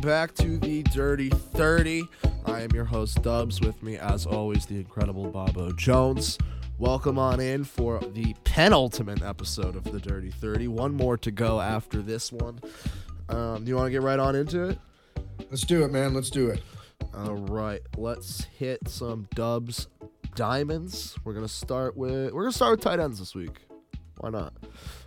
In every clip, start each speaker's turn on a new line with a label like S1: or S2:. S1: back to the Dirty 30. I am your host, Dubs. With me, as always, the incredible Bobo Jones. Welcome on in for the penultimate episode of the Dirty 30. One more to go after this one. Um, do you want to get right on into it?
S2: Let's do it, man. Let's do it.
S1: All right, let's hit some dubs diamonds. We're gonna start with we're gonna start with tight ends this week. Why not?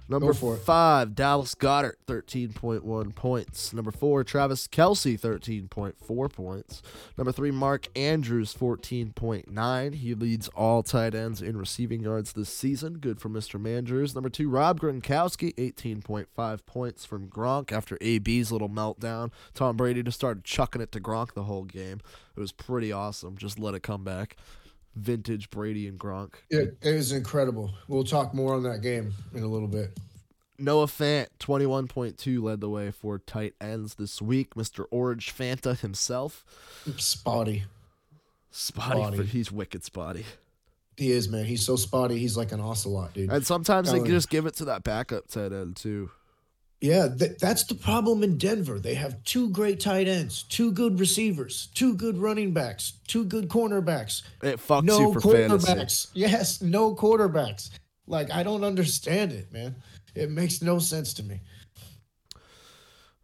S1: Number
S2: for it.
S1: five, Dallas Goddard, thirteen point one points. Number four, Travis Kelsey, thirteen point four points. Number three, Mark Andrews, fourteen point nine. He leads all tight ends in receiving yards this season. Good for Mr. Mandrews. Number two, Rob Gronkowski, eighteen point five points from Gronk after AB's little meltdown. Tom Brady just started chucking it to Gronk the whole game. It was pretty awesome. Just let it come back vintage Brady and Gronk.
S2: It, it was incredible. We'll talk more on that game in a little bit.
S1: Noah Fant, 21.2, led the way for tight ends this week. Mr. Orange Fanta himself.
S2: Spotty.
S1: Spotty,
S2: Spotty.
S1: but he's wicked spotty.
S2: He is, man. He's so spotty. He's like an ocelot, dude.
S1: And sometimes they
S2: Telling
S1: just give it to that backup tight end, too.
S2: yeah, th- that's the problem in Denver. They have two great tight ends, two good receivers, two good running backs, two good cornerbacks.
S1: It fucks
S2: No
S1: you for
S2: quarterbacks.
S1: fantasy.
S2: Yes, no quarterbacks. Like, I don't understand it, man. It makes no sense to me.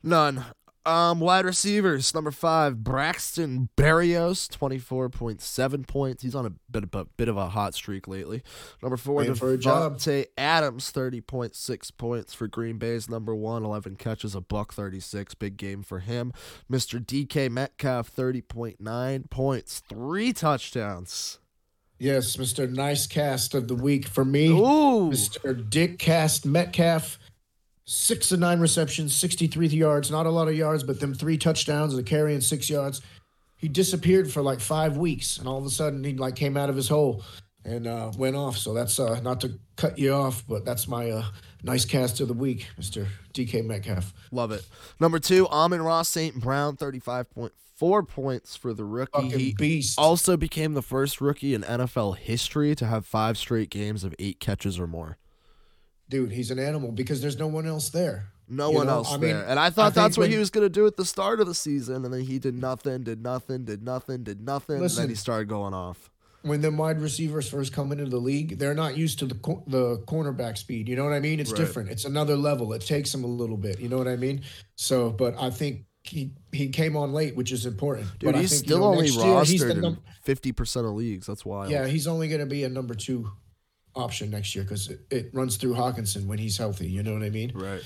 S1: None. Um, wide receivers, number five, Braxton Berrios, 24.7 points. He's on a bit of a, bit of a hot streak lately. Number four,
S2: Playing for a job.
S1: Devontae Adams, 30.6 points for Green Bay's number one, 11 catches, a buck 36. Big game for him. Mr. DK Metcalf, 30.9 points, three touchdowns.
S2: Yes, Mr. Nice Cast of the Week for me.
S1: Ooh.
S2: Mr. Dick Cast Metcalf, six and nine receptions, 63 yards. Not a lot of yards, but them three touchdowns, the carry and six yards. He disappeared for like five weeks, and all of a sudden he like came out of his hole and uh, went off. So that's uh, not to cut you off, but that's my uh, nice cast of the week, Mr. DK Metcalf.
S1: Love it. Number two, Amon Ross St. Brown, 35.4 points for the rookie.
S2: Fucking
S1: He-
S2: beast.
S1: also became the first rookie in NFL history to have five straight games of eight catches or more.
S2: Dude, he's an animal because there's no one else there.
S1: No
S2: You
S1: one
S2: know,
S1: else
S2: I mean,
S1: there. and I thought
S2: think
S1: that's what he
S2: when-
S1: was going to do at the start of the season. And then he did nothing, did nothing, did nothing, did nothing. and then
S2: Listen.
S1: he started going off.
S2: when the wide receivers first come into the league, they're not used to the cor- the cornerback speed. You know what I mean? It's
S1: Right.
S2: different. It's another level. It takes them a little bit. You know what I mean? So, but I think he he came on late, which is important.
S1: Dude,
S2: but I
S1: he's
S2: think, you
S1: still
S2: know,
S1: only
S2: next year, he's the
S1: rostered in
S2: num-
S1: 50% of leagues. That's wild.
S2: yeah, he's only going to be a number two option next year because it, it runs through Hawkinson when he's healthy. You know what I mean?
S1: Right.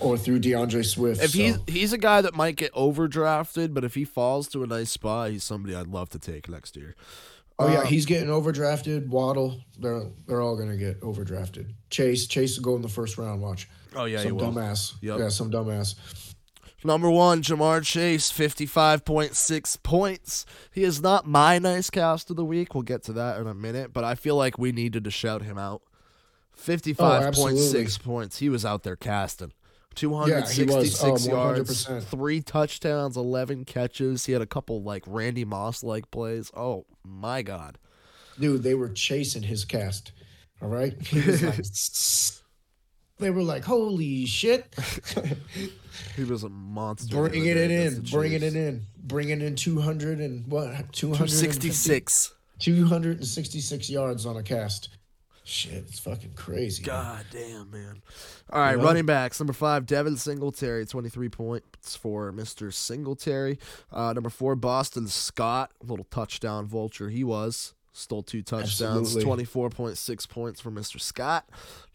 S2: Or through DeAndre Swift.
S1: If
S2: so.
S1: he's, he's a guy that might get overdrafted, but if he falls to a nice spot, he's somebody I'd love to take next year.
S2: Oh
S1: uh,
S2: yeah, he's getting overdrafted. Waddle, they're they're all gonna get overdrafted. Chase, Chase will go in the first round. Watch.
S1: Oh, yeah,
S2: some dumbass.
S1: Yep.
S2: Yeah, some dumbass.
S1: Number one, Jamar Chase, 55.6 points. He is not my nice cast of the week. We'll get to that in a minute, but I feel like we needed to shout him out. 55.6
S2: Oh, absolutely.
S1: points. He was out there casting.
S2: he was.
S1: 266
S2: Oh,
S1: yards,
S2: 100%.
S1: three touchdowns, 11 catches. He had a couple like Randy Moss like plays. Oh, my God.
S2: Dude, they were chasing his cast. All right. He was like, they were like, holy shit.
S1: He was a monster.
S2: bringing it in, bringing it in, bringing in 200 and what? 266.
S1: 266.
S2: 266 yards on a cast. Shit, it's fucking crazy.
S1: God damn, man. All right, running backs. Number five, Devin Singletary, 23 points for Mr. Singletary. Uh, number four, Boston Scott, little touchdown vulture he was. Stole two touchdowns,
S2: Absolutely.
S1: 24.6 points for Mr. Scott.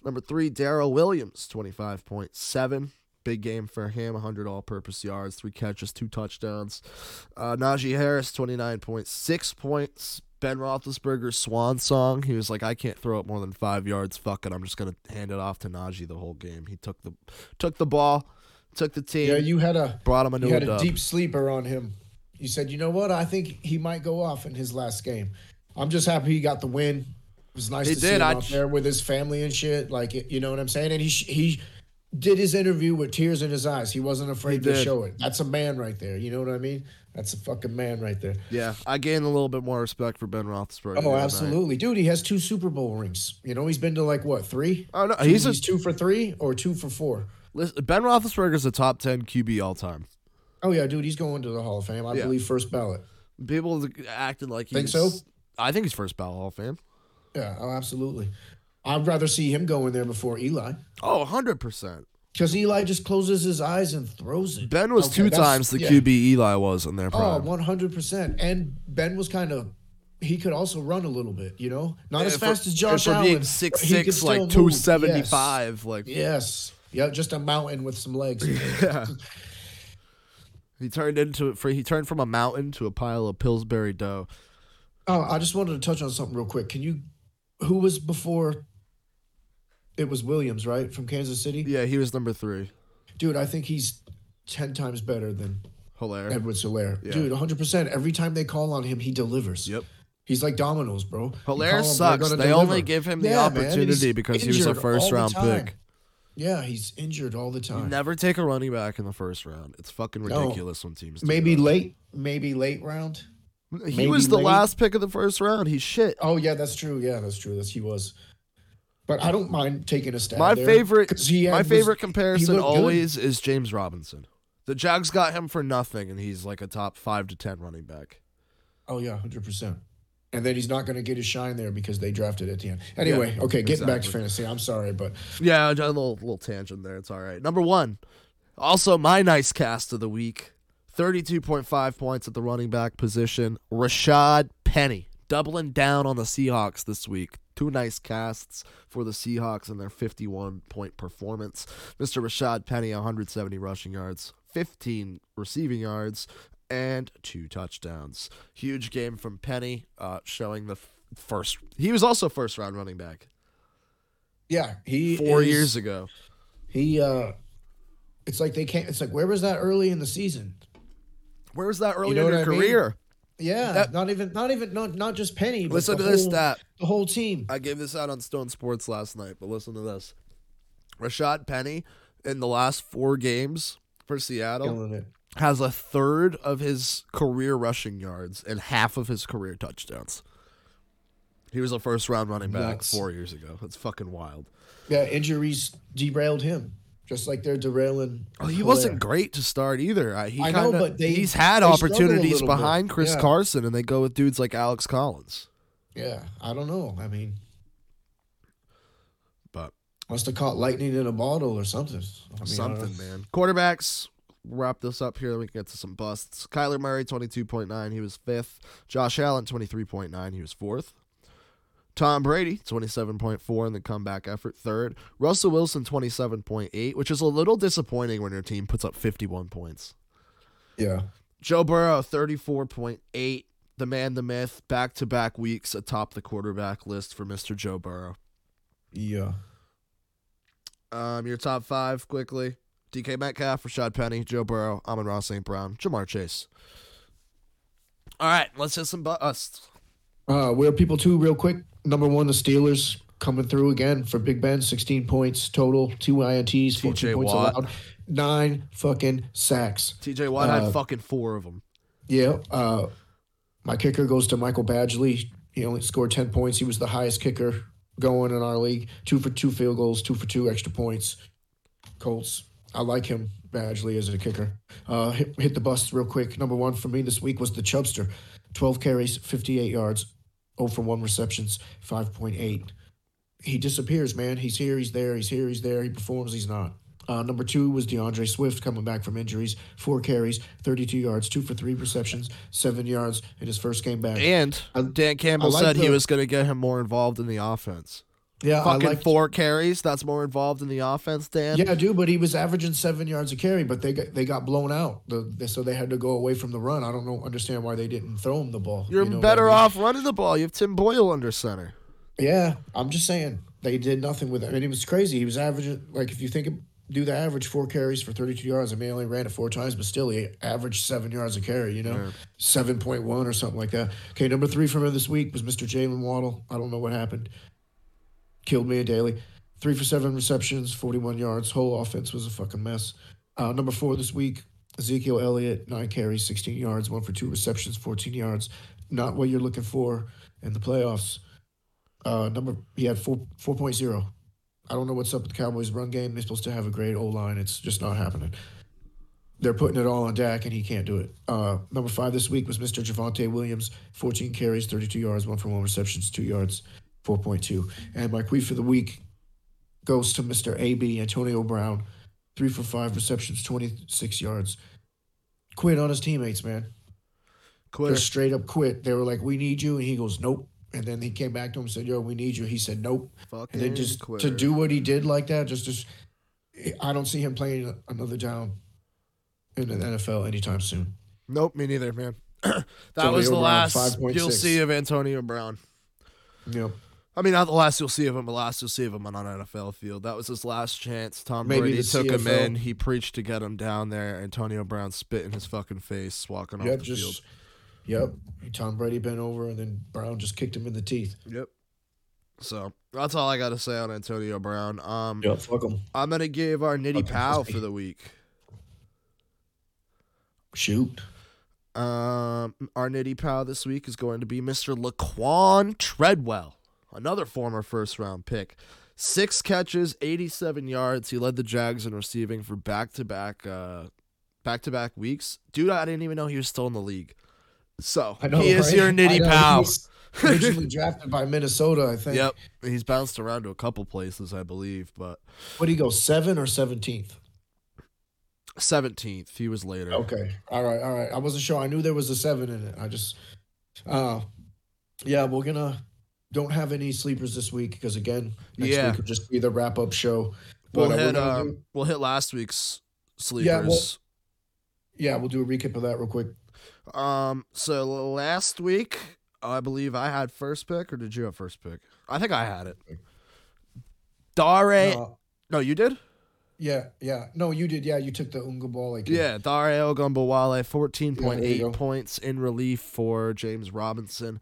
S1: Number three, Daryl Williams, 25.7. Big game for him, 100 all purpose yards, three catches, two touchdowns. Uh, Najee Harris, 29.6 points. Ben Roethlisberger's swan song. He was like, I can't throw up more than five yards. Fuck it. I'm just going to hand it off to Najee the whole game. He took the took the ball, took the team,
S2: Yeah, you had a
S1: brought him into
S2: you
S1: a
S2: had a
S1: dub.
S2: deep sleeper on him. You said, you know what? I think he might go off in his last game. I'm just happy he got the win. It was nice
S1: He
S2: to
S1: did.
S2: see him
S1: I
S2: out
S1: j-
S2: there with his family and shit. Like, it- you know what I'm saying? And he sh- he did his interview with tears in his eyes. He wasn't afraid to
S1: did.
S2: show it. That's a man right there. You know what I mean? That's a fucking man right there.
S1: yeah, I gained a little bit more respect for Ben Roethlisberger. the
S2: Oh,
S1: other night.
S2: absolutely, dude. He has two Super Bowl rings. You know, he's been to like what three?
S1: Oh, no,
S2: Two-
S1: he's
S2: he's,
S1: a-
S2: two for three or two for four.
S1: Listen, Ben Roethlisberger's a top 10 QB all time.
S2: Oh yeah, dude, he's going to the Hall of Fame. I
S1: Yeah.
S2: believe first ballot.
S1: People acted like
S2: Think
S1: he's.
S2: so?
S1: I think he's first ballot Hall of Fame.
S2: Yeah, oh absolutely. I'd rather see him go in there before Eli,
S1: Oh, 100%.
S2: because Eli just closes his eyes and throws it.
S1: Ben was
S2: Okay,
S1: two
S2: that's-
S1: times the
S2: yeah.
S1: QB Eli was in their
S2: Oh,
S1: prime.
S2: 100%. And Ben was kind of, he could also run a little bit, you know? Not as
S1: And for-
S2: fast as Josh
S1: and for
S2: Allen.
S1: being
S2: but he
S1: 6'6",
S2: could still
S1: like
S2: move.
S1: 275. Like,
S2: Yes. yes. Yeah, just a mountain with some legs.
S1: he turned into for He turned from a mountain to a pile of Pillsbury dough.
S2: oh, I just wanted to touch on something real quick. Can you, who was before? It was Williams, right? From Kansas City?
S1: Yeah, he was number three.
S2: Dude, I think he's 10 times better than
S1: Hilarious.
S2: Edward Solaire. Dude, 100%. Every time they call on him, he delivers.
S1: Yep.
S2: He's like dominoes, bro. You
S1: Hilaire
S2: call him, they're
S1: sucks.
S2: gonna
S1: They
S2: deliver.
S1: only give him the
S2: Yeah, man, and
S1: opportunity
S2: he's
S1: because he was a
S2: injured all
S1: first
S2: the
S1: round
S2: time.
S1: pick.
S2: Yeah, he's injured all the time.
S1: Never take a running back in the first round. It's fucking
S2: No.
S1: ridiculous when teams do
S2: maybe
S1: that.
S2: late, maybe late round.
S1: he
S2: maybe
S1: was the
S2: late.
S1: last pick of the first round. He's shit.
S2: Oh yeah, that's true. Yeah, that's true. That's he was. But I don't mind taking a stab.
S1: My
S2: there,
S1: favorite,
S2: 'cause he had-
S1: my
S2: was-
S1: favorite
S2: he
S1: comparison
S2: looked good.
S1: always is James Robinson. The Jags got him for nothing, and he's like a top five to ten running back.
S2: Oh yeah, hundred percent. And then he's not going to get his shine there because they drafted Etienne. Anyway, okay, getting back to
S1: exactly.
S2: fantasy. I'm sorry, but
S1: Yeah, a little little tangent there. It's all right. Number one, also my nice cast of the week, thirty-two point five points at the running back position. Rashad Penny doubling down on the Seahawks this week. Two nice casts for the Seahawks in their fifty-one point performance. Mr. Rashad Penny, one hundred seventy rushing yards, fifteen receiving yards, and two touchdowns. Huge game from Penny, uh, showing the f- first. He was also first round running back
S2: yeah, he
S1: four
S2: is-
S1: years ago.
S2: He uh, it's like they can't. It's like where was that early in the season?
S1: Where was that early
S2: know
S1: in
S2: what
S1: your
S2: I mean?
S1: career?
S2: Yeah,
S1: That-
S2: not even, not even, not not just Penny. But
S1: Listen
S2: the
S1: to this
S2: whole-
S1: stat.
S2: The whole team.
S1: I gave this out on Stone Sports last night, but listen to this. Rashad Penny in the last four games for Seattle
S2: Killing it.
S1: has a third of his career rushing yards and half of his career touchdowns. He was a first round running back
S2: Nuts.
S1: four years ago. That's fucking wild.
S2: Yeah, injuries derailed him, just like they're derailing.
S1: Oh, he
S2: Hilaire.
S1: wasn't great to start either. I, he
S2: I know,
S1: kinda,
S2: but they-
S1: he's had
S2: they struggle a
S1: opportunities
S2: little bit.
S1: behind Chris
S2: Yeah.
S1: Carson, and they go with dudes like Alex Collins.
S2: Yeah, I don't know. I mean,
S1: But
S2: must have caught lightning in a bottle or something. I mean, I don't
S1: Something,
S2: know.
S1: man. Quarterbacks. Wrap this up here. Then we can get to some busts. Kyler Murray, twenty-two point nine. He was fifth. Josh Allen, twenty-three point nine. He was fourth. Tom Brady, twenty-seven point four in the comeback effort, third. Russell Wilson, twenty-seven point eight, which is a little disappointing when your team puts up fifty-one points.
S2: Yeah,
S1: Joe Burrow, 34.8. The man, the myth, back to back weeks atop the quarterback list for Mr. Joe Burrow.
S2: yeah.
S1: Um, your top five quickly: DK Metcalf, Rashad Penny, Joe Burrow, Amon Ross, St. Brown, Jamar Chase. All right, let's hit some busts.
S2: Uh, where people too, real quick. Number one, the Steelers coming through again for Big Ben, sixteen points total, two ints,
S1: T.J.
S2: fourteen points
S1: Watt.
S2: allowed, nine fucking sacks.
S1: T.J. Watt
S2: Uh,
S1: had fucking four of them.
S2: Yeah. Uh, my kicker goes to Michael Badgley. He only scored 10 points. He was the highest kicker going in our league. Two for two field goals, two for two extra points. Colts. I like him, Badgley, as a kicker. Uh, hit, hit the bust real quick. Number one for me this week was the Chubster. 12 carries, 58 yards, 0 for 1 receptions, 5.8. He disappears, man. He's here, he's there, he's here, he's there. He performs, he's not. Uh, number two was DeAndre Swift coming back from injuries. Four carries, 32 yards, two for three receptions, seven yards in his first game back.
S1: And
S2: I-
S1: Dan Campbell
S2: I like
S1: said he
S2: the-
S1: was going to get him more involved in the offense.
S2: yeah, I
S1: Fucking
S2: like.
S1: four carries. That's more involved in the offense, Dan.
S2: Yeah, dude, but he was averaging seven yards a carry, but they got they got blown out, the, they, so they had to go away from the run. I don't know, understand why they didn't throw him the ball.
S1: You're
S2: you know what I
S1: better
S2: mean?
S1: off running the ball. You have Tim Boyle under center.
S2: Yeah, I'm just saying they did nothing with it. I mean, it was crazy. He was averaging like if you think of, do the average four carries for 32 yards. I mean, he only ran it four times, but still he averaged seven yards a carry. You know, seven point one or something like that. Okay, number three for me this week was Mr. Jalen Waddle. I don't know what happened. Killed me a daily. Three for seven receptions, 41 yards. Whole offense was a fucking mess. Uh, number four this week, Ezekiel Elliott, nine carries, 16 yards, one for two receptions, 14 yards. Not what you're looking for in the playoffs. Uh, number he had four four point zero. I don't know what's up with the Cowboys' run game. They're supposed to have a great O line. It's just not happening. they're putting it all on Dak, and he can't do it. Uh, number five this week was Mr. Javante Williams, 14 carries, 32 yards, one for one receptions, two yards, 4.2. And my queen for the week goes to Mr. AB, Antonio Brown, three for five receptions, 26 yards. Quit on his teammates, man.
S1: Quitter.
S2: Just straight up quit. They were like, "We need you," and he goes, "Nope." And then he came back to him and said, "Yo, we need you." He said, "Nope."
S1: Fucking
S2: And then just
S1: quitter.
S2: to do what he did like that, just just I don't see him playing another down in the NFL anytime soon.
S1: Nope, me neither, man. that
S2: Antonio
S1: was the
S2: Brown,
S1: last
S2: 5.6.
S1: you'll see of Antonio Brown.
S2: You know,
S1: I mean, not the last you'll see of him, but last you'll see of him on an NFL field. That was his last chance. Tom
S2: Maybe
S1: Brady
S2: the
S1: took him
S2: CFL.
S1: in. He preached to get him down there. Antonio Brown spit in his fucking face, walking off
S2: yep,
S1: the
S2: just
S1: field.
S2: yep. Tom Brady bent over, and then Brown just kicked him in the teeth.
S1: Yep. So that's all I got to say on Antonio Brown. Um,
S2: Yep, fuck him.
S1: I'm gonna give our nitty
S2: Fucking
S1: pal
S2: pussy.
S1: for the week.
S2: Shoot,
S1: Um, our nitty pal this week is going to be Mr. Laquan Treadwell, another former first round pick. Six catches, 87 yards. He led the Jags in receiving for back to back, uh, back to back weeks. Dude, I didn't even know he was still in the league. So
S2: I know.
S1: he is
S2: right?
S1: your
S2: I
S1: nitty
S2: know, he
S1: pal.
S2: was Originally drafted by Minnesota, I think.
S1: Yep, he's bounced around to a couple places, I believe, but
S2: What do you go? Seven or seventeenth?
S1: 17th. He was later.
S2: Okay. All right. All right. I wasn't sure. I knew there was a seven in it. I just, uh, yeah, we're gonna don't have any sleepers this week because again, next
S1: Yeah.
S2: week will just be the wrap up show.
S1: We'll
S2: But, uh, we're
S1: hit
S2: gonna
S1: um,
S2: do-
S1: we'll hit last week's sleepers.
S2: Yeah, well- yeah, we'll do a recap of that real quick.
S1: Um, so last week, I believe I had first pick, or did you have first pick? I think I had it. Dare, no,
S2: No,
S1: you did.
S2: Uh, yeah, yeah. No, you did. Yeah, you took the unga ball. Like
S1: Yeah, Dare Ogumbawale, fourteen point
S2: Yeah, there
S1: eight
S2: you go.
S1: points in relief for James Robinson.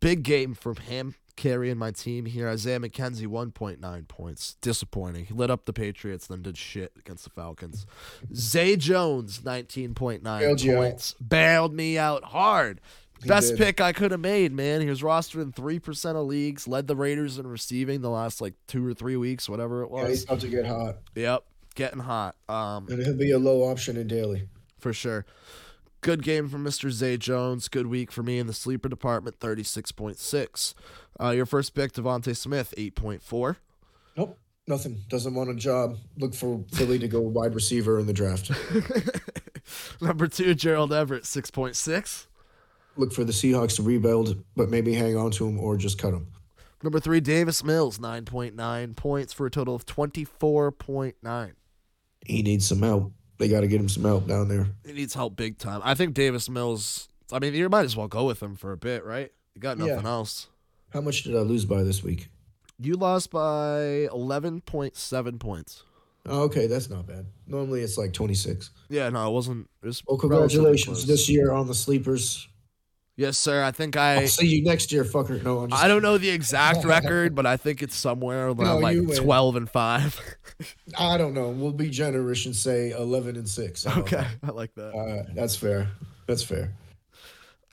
S1: Big game from him carrying my team here. Isaiah McKenzie, one point nine points. Disappointing. He lit up the Patriots, then did shit against the Falcons. Zay Jones, nineteen point nine
S2: Bailed you out.
S1: points. Bailed me out hard. Best
S2: did.
S1: pick I could have made, man. He was rostered in three percent of leagues, led the Raiders in receiving the last like two or three weeks, whatever it
S2: yeah, he's
S1: was.
S2: about to get hot,
S1: Yep, getting hot. Um,
S2: and he'll be a low option in daily.
S1: for sure. Good game from Mr. Zay Jones. Good week for me in the sleeper department, 36.6. Uh, your first pick, Devontae Smith, 8.4.
S2: Nope. Nothing. Doesn't want a job. Look for Philly to go wide receiver in the draft.
S1: Number two, Gerald Everett, 6.6.
S2: Look for the Seahawks to rebuild, but maybe hang on to him or just cut him.
S1: Number three, Davis Mills, 9.9 points for a total of 24.9.
S2: he needs some help. They got to get him some help down there.
S1: He needs help big time. I think Davis Mills, I mean, you might as well go with him for a bit, right? You got
S2: Yeah.
S1: nothing else.
S2: How much did I lose by this week?
S1: You lost by 11.7 points.
S2: Oh, okay, that's not bad. Normally it's like 26.
S1: Yeah, no, it wasn't. It was
S2: Well,
S1: relatively
S2: congratulations
S1: close.
S2: this year on the sleepers.
S1: Yes, sir. I think
S2: I'll
S1: I.
S2: see you next year, fucker. No, I'm just.
S1: I don't know the exact record, but I think it's somewhere
S2: No,
S1: around
S2: you
S1: like
S2: win.
S1: twelve and five.
S2: I don't know. We'll be generous and say 11 and six. How about
S1: okay, I like
S2: that?
S1: that.
S2: All right, that's fair. That's fair.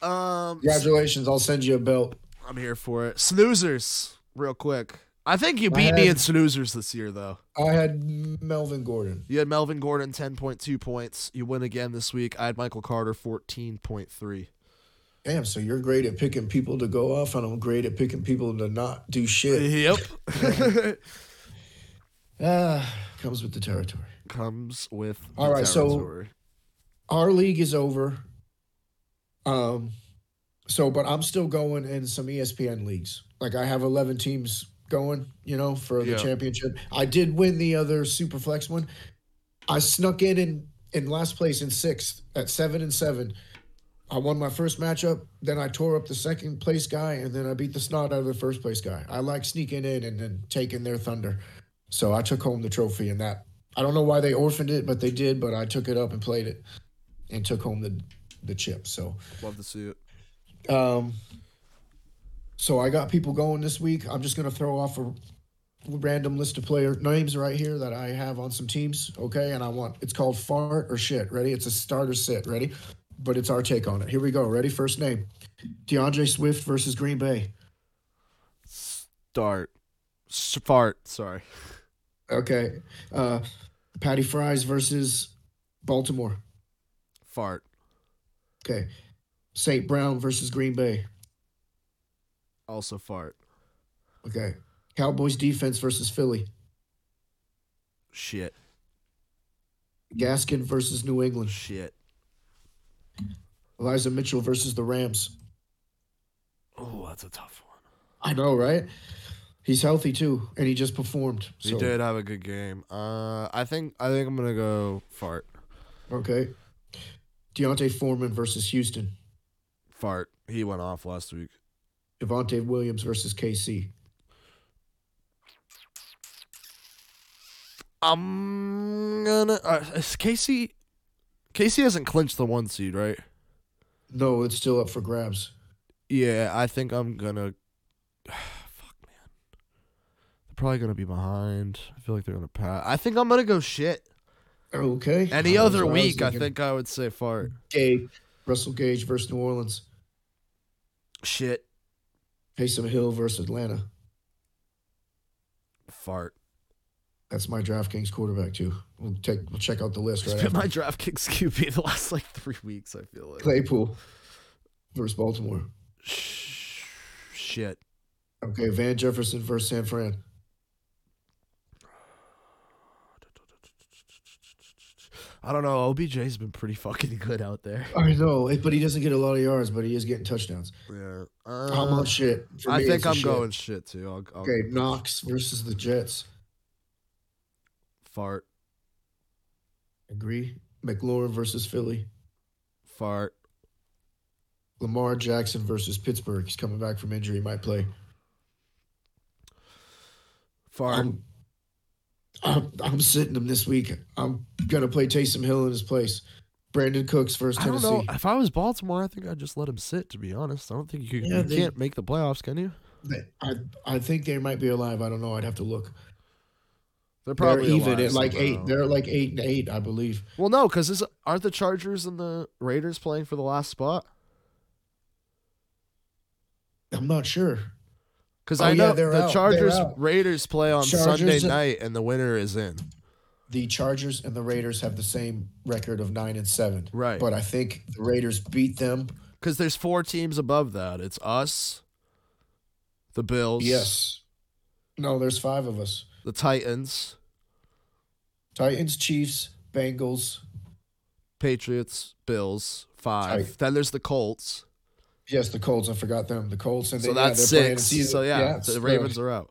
S1: Um,
S2: Congratulations. I'll send you a belt.
S1: I'm here for it. Snoozers, real quick. I think you beat me
S2: had-
S1: in snoozers this year, though.
S2: I had Melvin Gordon.
S1: You had Melvin Gordon ten point two points. You win again this week. I had Michael Carter fourteen point three.
S2: Damn, so you're great at picking people to go off, and I'm great at picking people to not do shit.
S1: Yep,
S2: Ah, comes with the territory.
S1: comes with
S2: All
S1: the
S2: right, so-
S1: territory.
S2: our league is over. Um, so but I'm still going in some E ESPN leagues. Like I have 11 teams going, you know, for the
S1: Yeah.
S2: championship. I did win the other Superflex one. I snuck in in in last place in sixth at seven and seven. I won my first matchup. Then I tore up the second place guy, and then I beat the snot out of the first place guy. I like sneaking in and then taking their thunder. So I took home the trophy in that. I don't know why they orphaned it, but they did. But I took it up and played it, and took home the the chip. So,
S1: love to see it.
S2: um, so I got people going this week. I'm just gonna throw off a random list of player names right here that I have on some teams. Okay, and I want it's called fart or shit. Ready? It's a starter sit. Ready? But it's our take on it. Here we go. Ready? First name, DeAndre Swift versus Green Bay.
S1: Start, S- fart. Sorry,
S2: Okay, uh, Patty Fries versus Baltimore.
S1: Fart.
S2: Okay. St. Brown versus Green Bay.
S1: Also fart.
S2: Okay. Cowboys defense versus Philly.
S1: Shit.
S2: Gaskin versus New England.
S1: Shit.
S2: Eliza Mitchell versus the Rams.
S1: Oh, that's a tough one.
S2: I know, right? He's healthy too, and he just performed.
S1: He
S2: so-
S1: did have a good game. Uh, I think I think I'm gonna go fart.
S2: Okay. Deontay Foreman versus Houston.
S1: Fart. He went off last week.
S2: Devontae Williams versus KC.
S1: I'm gonna. Uh, is Casey. Casey hasn't clinched the one seed, right?
S2: No, it's still up for grabs.
S1: Yeah, I think I'm gonna. Fuck, man. They're probably gonna be behind. I feel like they're gonna pass. I think I'm gonna go shit.
S2: Okay.
S1: Any
S2: That's
S1: other
S2: what was
S1: week, I
S2: thinking.
S1: think I would say fart.
S2: Gage, Russell Gage versus New Orleans.
S1: Shit.
S2: Taysom Hill versus Atlanta.
S1: Fart.
S2: That's my DraftKings quarterback too. We'll take we'll check out the list
S1: It's
S2: right
S1: been
S2: after.
S1: my DraftKings QB the last like three weeks. I feel like.
S2: Claypool versus Baltimore.
S1: Sh- shit.
S2: Okay, Van Jefferson versus San Fran.
S1: I don't know. OBJ's been pretty fucking good out there.
S2: I know, it- but he doesn't get a lot of yards, but he is getting touchdowns.
S1: Yeah.
S2: How
S1: Uh,
S2: much shit? For
S1: I
S2: me,
S1: think
S2: it's a
S1: I'm
S2: shit.
S1: going shit too. I'll, I'll
S2: Okay, Knox versus the Jets.
S1: fart,
S2: Agree. McLaurin versus Philly.
S1: fart,
S2: Lamar Jackson versus Pittsburgh. He's coming back from injury. Might play.
S1: fart.
S2: I'm, I'm, I'm sitting him this week. I'm gonna play Taysom Hill in his place. Brandon Cooks versus
S1: I don't
S2: Tennessee.
S1: know. If I was Baltimore, I think I'd just let him sit. To be honest, I don't think you, can,
S2: Yeah,
S1: you
S2: they-
S1: can't make the playoffs, can you?
S2: I I think they might be alive. I don't know. I'd have to look.
S1: They're
S2: Probably
S1: probably
S2: they're even
S1: alive uh,
S2: at like eight.
S1: somehow.
S2: They're like eight and eight, I believe.
S1: Well, no, because aren't the Chargers and the Raiders playing for the last spot?
S2: I'm not sure.
S1: Because
S2: Oh,
S1: I
S2: yeah,
S1: know
S2: they're
S1: the
S2: out. They're
S1: Chargers
S2: out.
S1: Raiders play on
S2: Chargers
S1: Sunday
S2: and-
S1: night, and the winner is in.
S2: The Chargers and the Raiders have the same record of nine and seven.
S1: Right.
S2: But I think the Raiders beat them.
S1: Because there's four teams above that. It's us, the Bills,
S2: Yes. No, there's five of us.
S1: the Titans,
S2: Titans, Chiefs, Bengals.
S1: Patriots, Bills, five.
S2: Tight.
S1: Then there's the Colts.
S2: Yes, the Colts. I forgot them. The Colts and
S1: So
S2: they, yeah,
S1: that's
S2: they're playing
S1: six.
S2: the season.
S1: So yeah,
S2: it's
S1: the Ravens are out.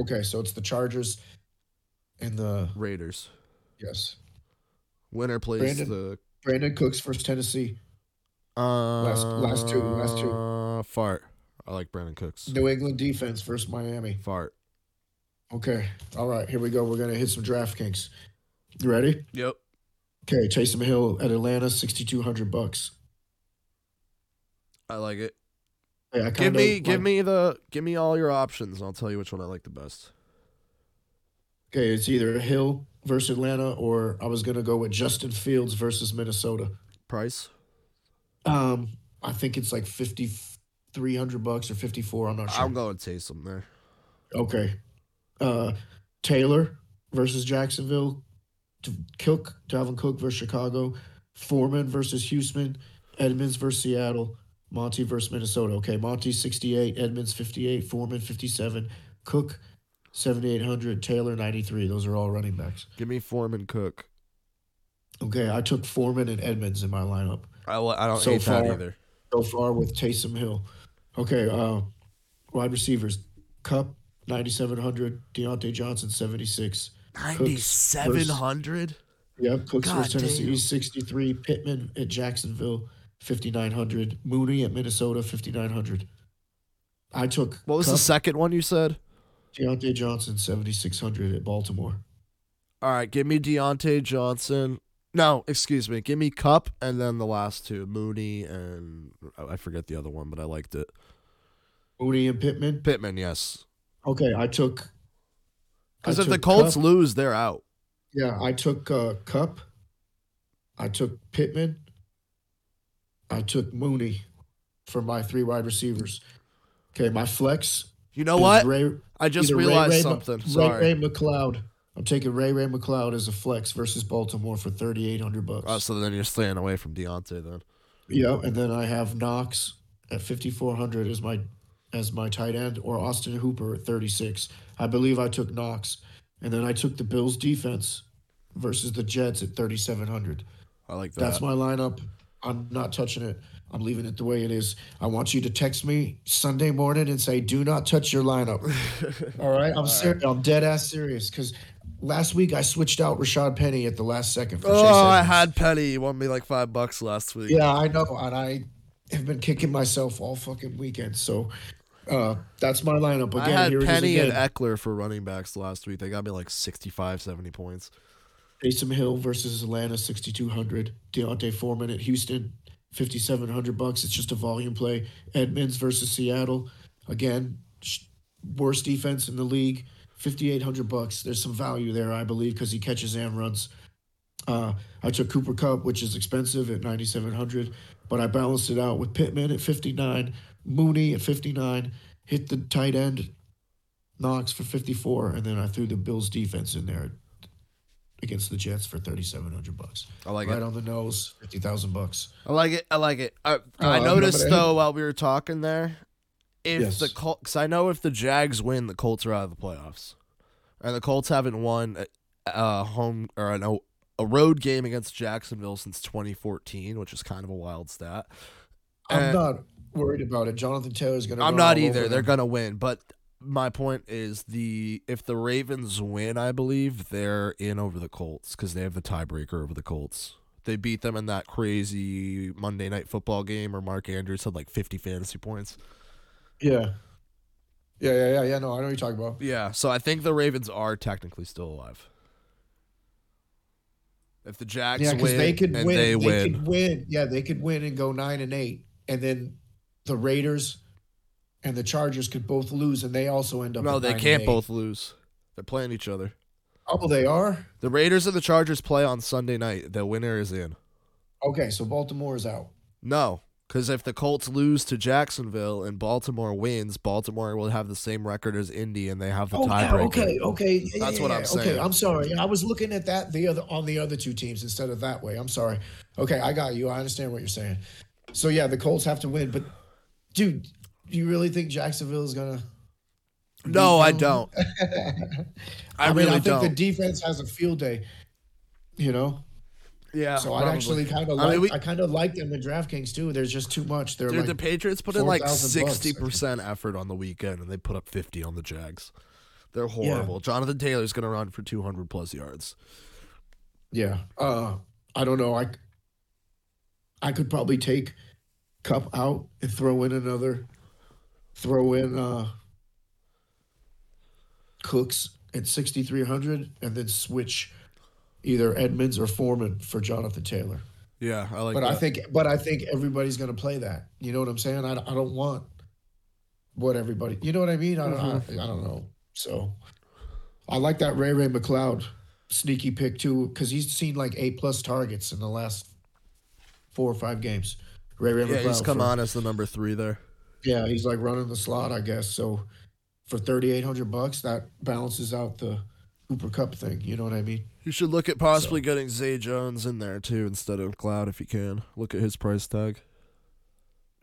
S2: Okay, so it's the Chargers and the
S1: Raiders.
S2: yes.
S1: Winner plays
S2: Brandon-
S1: the
S2: Brandon Cooks versus Tennessee.
S1: uh,
S2: last two, last two.
S1: Uh, fart. I like Brandon Cooks.
S2: New England defense versus Miami.
S1: Fart.
S2: Okay. All right. Here we go. We're gonna hit some DraftKings. You ready?
S1: Yep.
S2: Okay. Taysom Hill at Atlanta, sixty-two hundred bucks.
S1: I like it.
S2: Hey, I kinda
S1: give me,
S2: like-
S1: give me the, give me all your options. and I'll tell you which one I like the best.
S2: Okay, it's either Hill versus Atlanta, or I was gonna go with Justin Fields versus Minnesota.
S1: Price.
S2: Um, I think it's like fifty-three hundred bucks or fifty-four. I'm not sure.
S1: I'm going Taysom there.
S2: Okay. Uh, Taylor versus Jacksonville. D- Cook, Dalvin Cook versus Chicago. Foreman versus Houston. Edmonds versus Seattle. Monty versus Minnesota. Okay, Monty 68, Edmonds 58, Foreman 57, Cook 7,800, Taylor 93. Those are all running backs.
S1: Give me Foreman Cook.
S2: Okay, I took Foreman and Edmonds in my lineup
S1: I, li- I don't
S2: So
S1: hate that
S2: far.
S1: either.
S2: so far with Taysom Hill. Okay, uh, wide receivers. Cup 9,700, Deontay Johnson 76,
S1: Ninety-seven hundred.
S2: Yep, Cooks
S1: God
S2: versus Tennessee,
S1: damn.
S2: 63. Pittman at Jacksonville, 5,900. Mooney at Minnesota, 5,900. I took
S1: What was the
S2: Cup,
S1: second one you said?
S2: Deontay Johnson, 7,600 at Baltimore.
S1: All right, give me Deontay Johnson. No, excuse me. Give me Cup and then the last two, Mooney and I I forget the other one, but I liked it.
S2: Mooney and Pittman.
S1: Pittman, yes.
S2: Okay, I took.
S1: Because
S2: I
S1: if the
S2: took
S1: Colts
S2: Cup.
S1: lose, they're out.
S2: Yeah, I took uh, Cup. I took Pittman. I took Mooney for my three wide receivers. Okay, my flex.
S1: You know
S2: is
S1: what?
S2: Ray,
S1: I just
S2: either Ray-
S1: realized
S2: Ray-
S1: something.
S2: Ray-
S1: Sorry.
S2: Ray McLeod. I'm taking Ray Ray McLeod as a flex versus Baltimore for 3,800 bucks.
S1: Oh, so then you're staying away from Deontay then.
S2: Yeah, and then I have Knox at 5400 as my as my tight end or Austin Hooper at 36. I believe I took Knox and then I took the Bills defense versus the Jets at 3700.
S1: I like that.
S2: That's my lineup. I'm not touching it. I'm leaving it the way it is. I want you to text me Sunday morning and say, "Do not touch your lineup." All right, I'm ser- I'm dead ass serious because last week I switched out Rashad Penny at the last second. For Chase
S1: oh, I
S2: Edmonds.
S1: had Penny. He won me like five bucks last week.
S2: Yeah, I know, and I have been kicking myself all fucking weekend. So uh, that's my lineup again.
S1: I had
S2: here it is
S1: Penny and
S2: again.
S1: Eckler for running backs last week. They got me like 65, 70 points.
S2: Taysom Hill versus Atlanta, sixty-two hundred. Deontay Foreman at Houston, fifty-seven hundred bucks. It's just a volume play. Edmonds versus Seattle, again, sh- worst defense in the league, fifty-eight hundred bucks. There's some value there, I believe, because he catches and runs. Uh, I took Cooper Cup, which is expensive at ninety-seven hundred, but I balanced it out with Pittman at fifty-nine, Mooney at fifty-nine, hit the tight end, Knox for fifty-four, and then I threw the Bills defense in there against the Jets for thirty seven hundred bucks.
S1: I like
S2: right
S1: it.
S2: on the nose, fifty thousand bucks.
S1: I like it. I like it. I,
S2: Oh, I
S1: I
S2: remember
S1: noticed
S2: that.
S1: though while we were talking there, if
S2: Yes.
S1: the Colts, I know if the Jags win, the Colts are out of the playoffs, and the Colts haven't won a, a home or an, o- a road game against Jacksonville since 2014, which is kind of a wild stat.
S2: I'm
S1: And-
S2: not worried about it. Jonathan Taylor's gonna.
S1: Uh, I'm
S2: run
S1: not
S2: all over
S1: either. They're
S2: them.
S1: gonna win, but my point is the if the Ravens win, I believe they're in over the Colts because they have the tiebreaker over the Colts. They beat them in that crazy Monday night football game, where Mark Andrews had like 50 fantasy points.
S2: Yeah. Yeah, yeah, yeah, yeah. No, I know what you're talking about.
S1: Yeah, so I think the Ravens are technically still alive. If the Jags
S2: Yeah, because
S1: win,
S2: they could
S1: and
S2: win.
S1: they, win.
S2: could win. Yeah, they could win and go nine and eight, and then the Raiders and the Chargers could both lose, and they also end up.
S1: No,
S2: at
S1: they
S2: nine and
S1: can't
S2: eight.
S1: both lose. They're playing each other.
S2: Oh, they are.
S1: The Raiders and the Chargers play on Sunday night. The winner is in.
S2: Okay, so Baltimore is out.
S1: No, because if the Colts lose to Jacksonville and Baltimore wins, Baltimore will have the same record as Indy, and they have the
S2: Okay,
S1: tiebreaker.
S2: Oh, okay, okay. Yeah,
S1: That's
S2: yeah,
S1: what I'm
S2: yeah.
S1: saying.
S2: Okay, I'm sorry. I was looking at that the other on the other two teams instead of that way. I'm sorry. Okay, I got you. I understand what you're saying. So yeah, the Colts have to win, but dude, do you really think Jacksonville is gonna?
S1: No, I don't. I,
S2: Mm-hmm. mean,
S1: really
S2: I think
S1: don't.
S2: the defense has a field day. You know,
S1: yeah.
S2: so
S1: probably.
S2: I actually kind of
S1: I mean,
S2: like I,
S1: we-
S2: kind of like them in DraftKings too. There's just too much. They're
S1: Dude,
S2: like,
S1: the Patriots put in like
S2: 4,000 bucks, I
S1: sixty
S2: think.
S1: percent effort on the weekend, and they put up fifty on the Jags. They're horrible. Jonathan Taylor's gonna run for two hundred plus yards.
S2: yeah. Uh, I don't know. I I could probably take Cup out and throw in another, throw in uh Cooks at 6,300 and then switch either Edmonds or Foreman for Jonathan Taylor.
S1: Yeah, I like.
S2: But
S1: that.
S2: I think, but I think everybody's going to play that. You know what I'm saying? I, I don't want what everybody. You know what I mean? I don't.
S1: Mm-hmm.
S2: I, I don't know. So I like that Ray Ray McLeod sneaky pick too because he's seen like eight plus targets in the last four or five games. Ray Ray
S1: yeah,
S2: McLeod.
S1: he's come
S2: for-
S1: on as the number three there.
S2: Yeah, he's like running the slot, I guess. So for thirty eight hundred bucks, that balances out the Cooper Cup thing. You know what I mean?
S1: You should look at possibly getting Zay Jones in there too instead of Cloud if you can. Look at his price tag.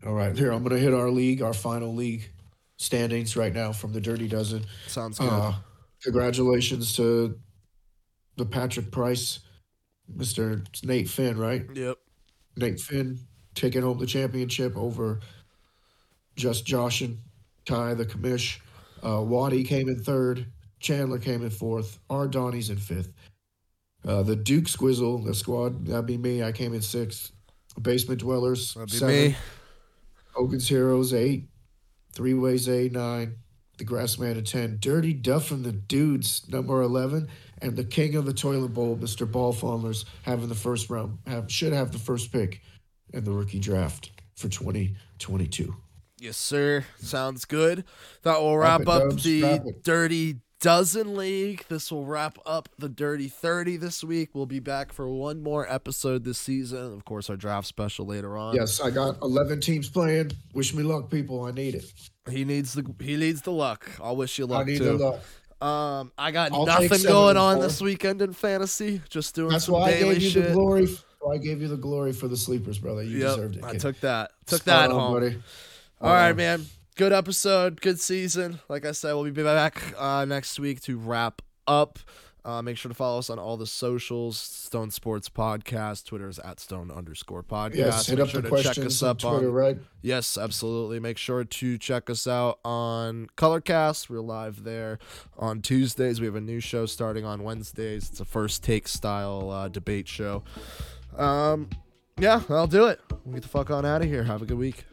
S2: All right, here I'm going to hit our league, our final league standings right now from the Dirty Dozen.
S1: Sounds good.
S2: Uh, congratulations to the Patrick Price, Mr. Nate Finn, right?
S1: yep.
S2: Nate Finn taking home the championship over just Josh and Ty the commish. Uh, Waddy came in third. Chandler came in fourth. R. Donnie's in fifth. Uh, the Duke Squizzle, the squad, that'd be me. I came in sixth. Basement Dwellers,
S1: That'd be
S2: seven.
S1: me.
S2: Hogan's Heroes eight, Three Ways eight nine, The Grassman at ten, Dirty Duff and the Dudes number eleven, and the King of the Toilet Bowl, Mister Ball Fondlers, having the first round have should have the first pick in the rookie draft for twenty twenty two.
S1: Yes, sir. Sounds good. That will
S2: Wrap
S1: wrap
S2: it,
S1: up
S2: Dubs.
S1: the
S2: Wrap it.
S1: Dirty Dozen League. This will wrap up the Dirty 30 this week. We'll be back for one more episode this season. Of course, our draft special later on.
S2: Yes, I got eleven teams playing. Wish me luck, people. I need it.
S1: He needs the he needs the luck. I'll wish you luck
S2: I need
S1: too.
S2: the luck.
S1: Um, I got
S2: I'll take
S1: nothing
S2: seven
S1: going
S2: and
S1: on
S2: four.
S1: this weekend in fantasy. Just doing
S2: That's
S1: some
S2: why I
S1: daily
S2: gave you
S1: shit.
S2: the glory. why I gave you the glory for the sleepers, brother. You
S1: Yep,
S2: deserved it.
S1: I
S2: kid.
S1: took that. Took
S2: Spot
S1: that
S2: on,
S1: home.
S2: buddy.
S1: All right,
S2: Um,
S1: man. Good episode. Good season. Like I said, we'll be back uh, next week to wrap up. Uh, make sure to follow us on all the socials. Stone Sports Podcast. Twitter is at Stone underscore podcast.
S2: Yes, hit
S1: Make
S2: up
S1: sure
S2: the
S1: to check
S2: questions
S1: us
S2: on
S1: up on
S2: Twitter, right?
S1: Yes, absolutely. Make sure to check us out on Colorcast. We're live there on Tuesdays. We have a new show starting on Wednesdays. It's a first take style uh, debate show. Um, yeah, I'll do it. We'll get the fuck on out of here. Have a good week.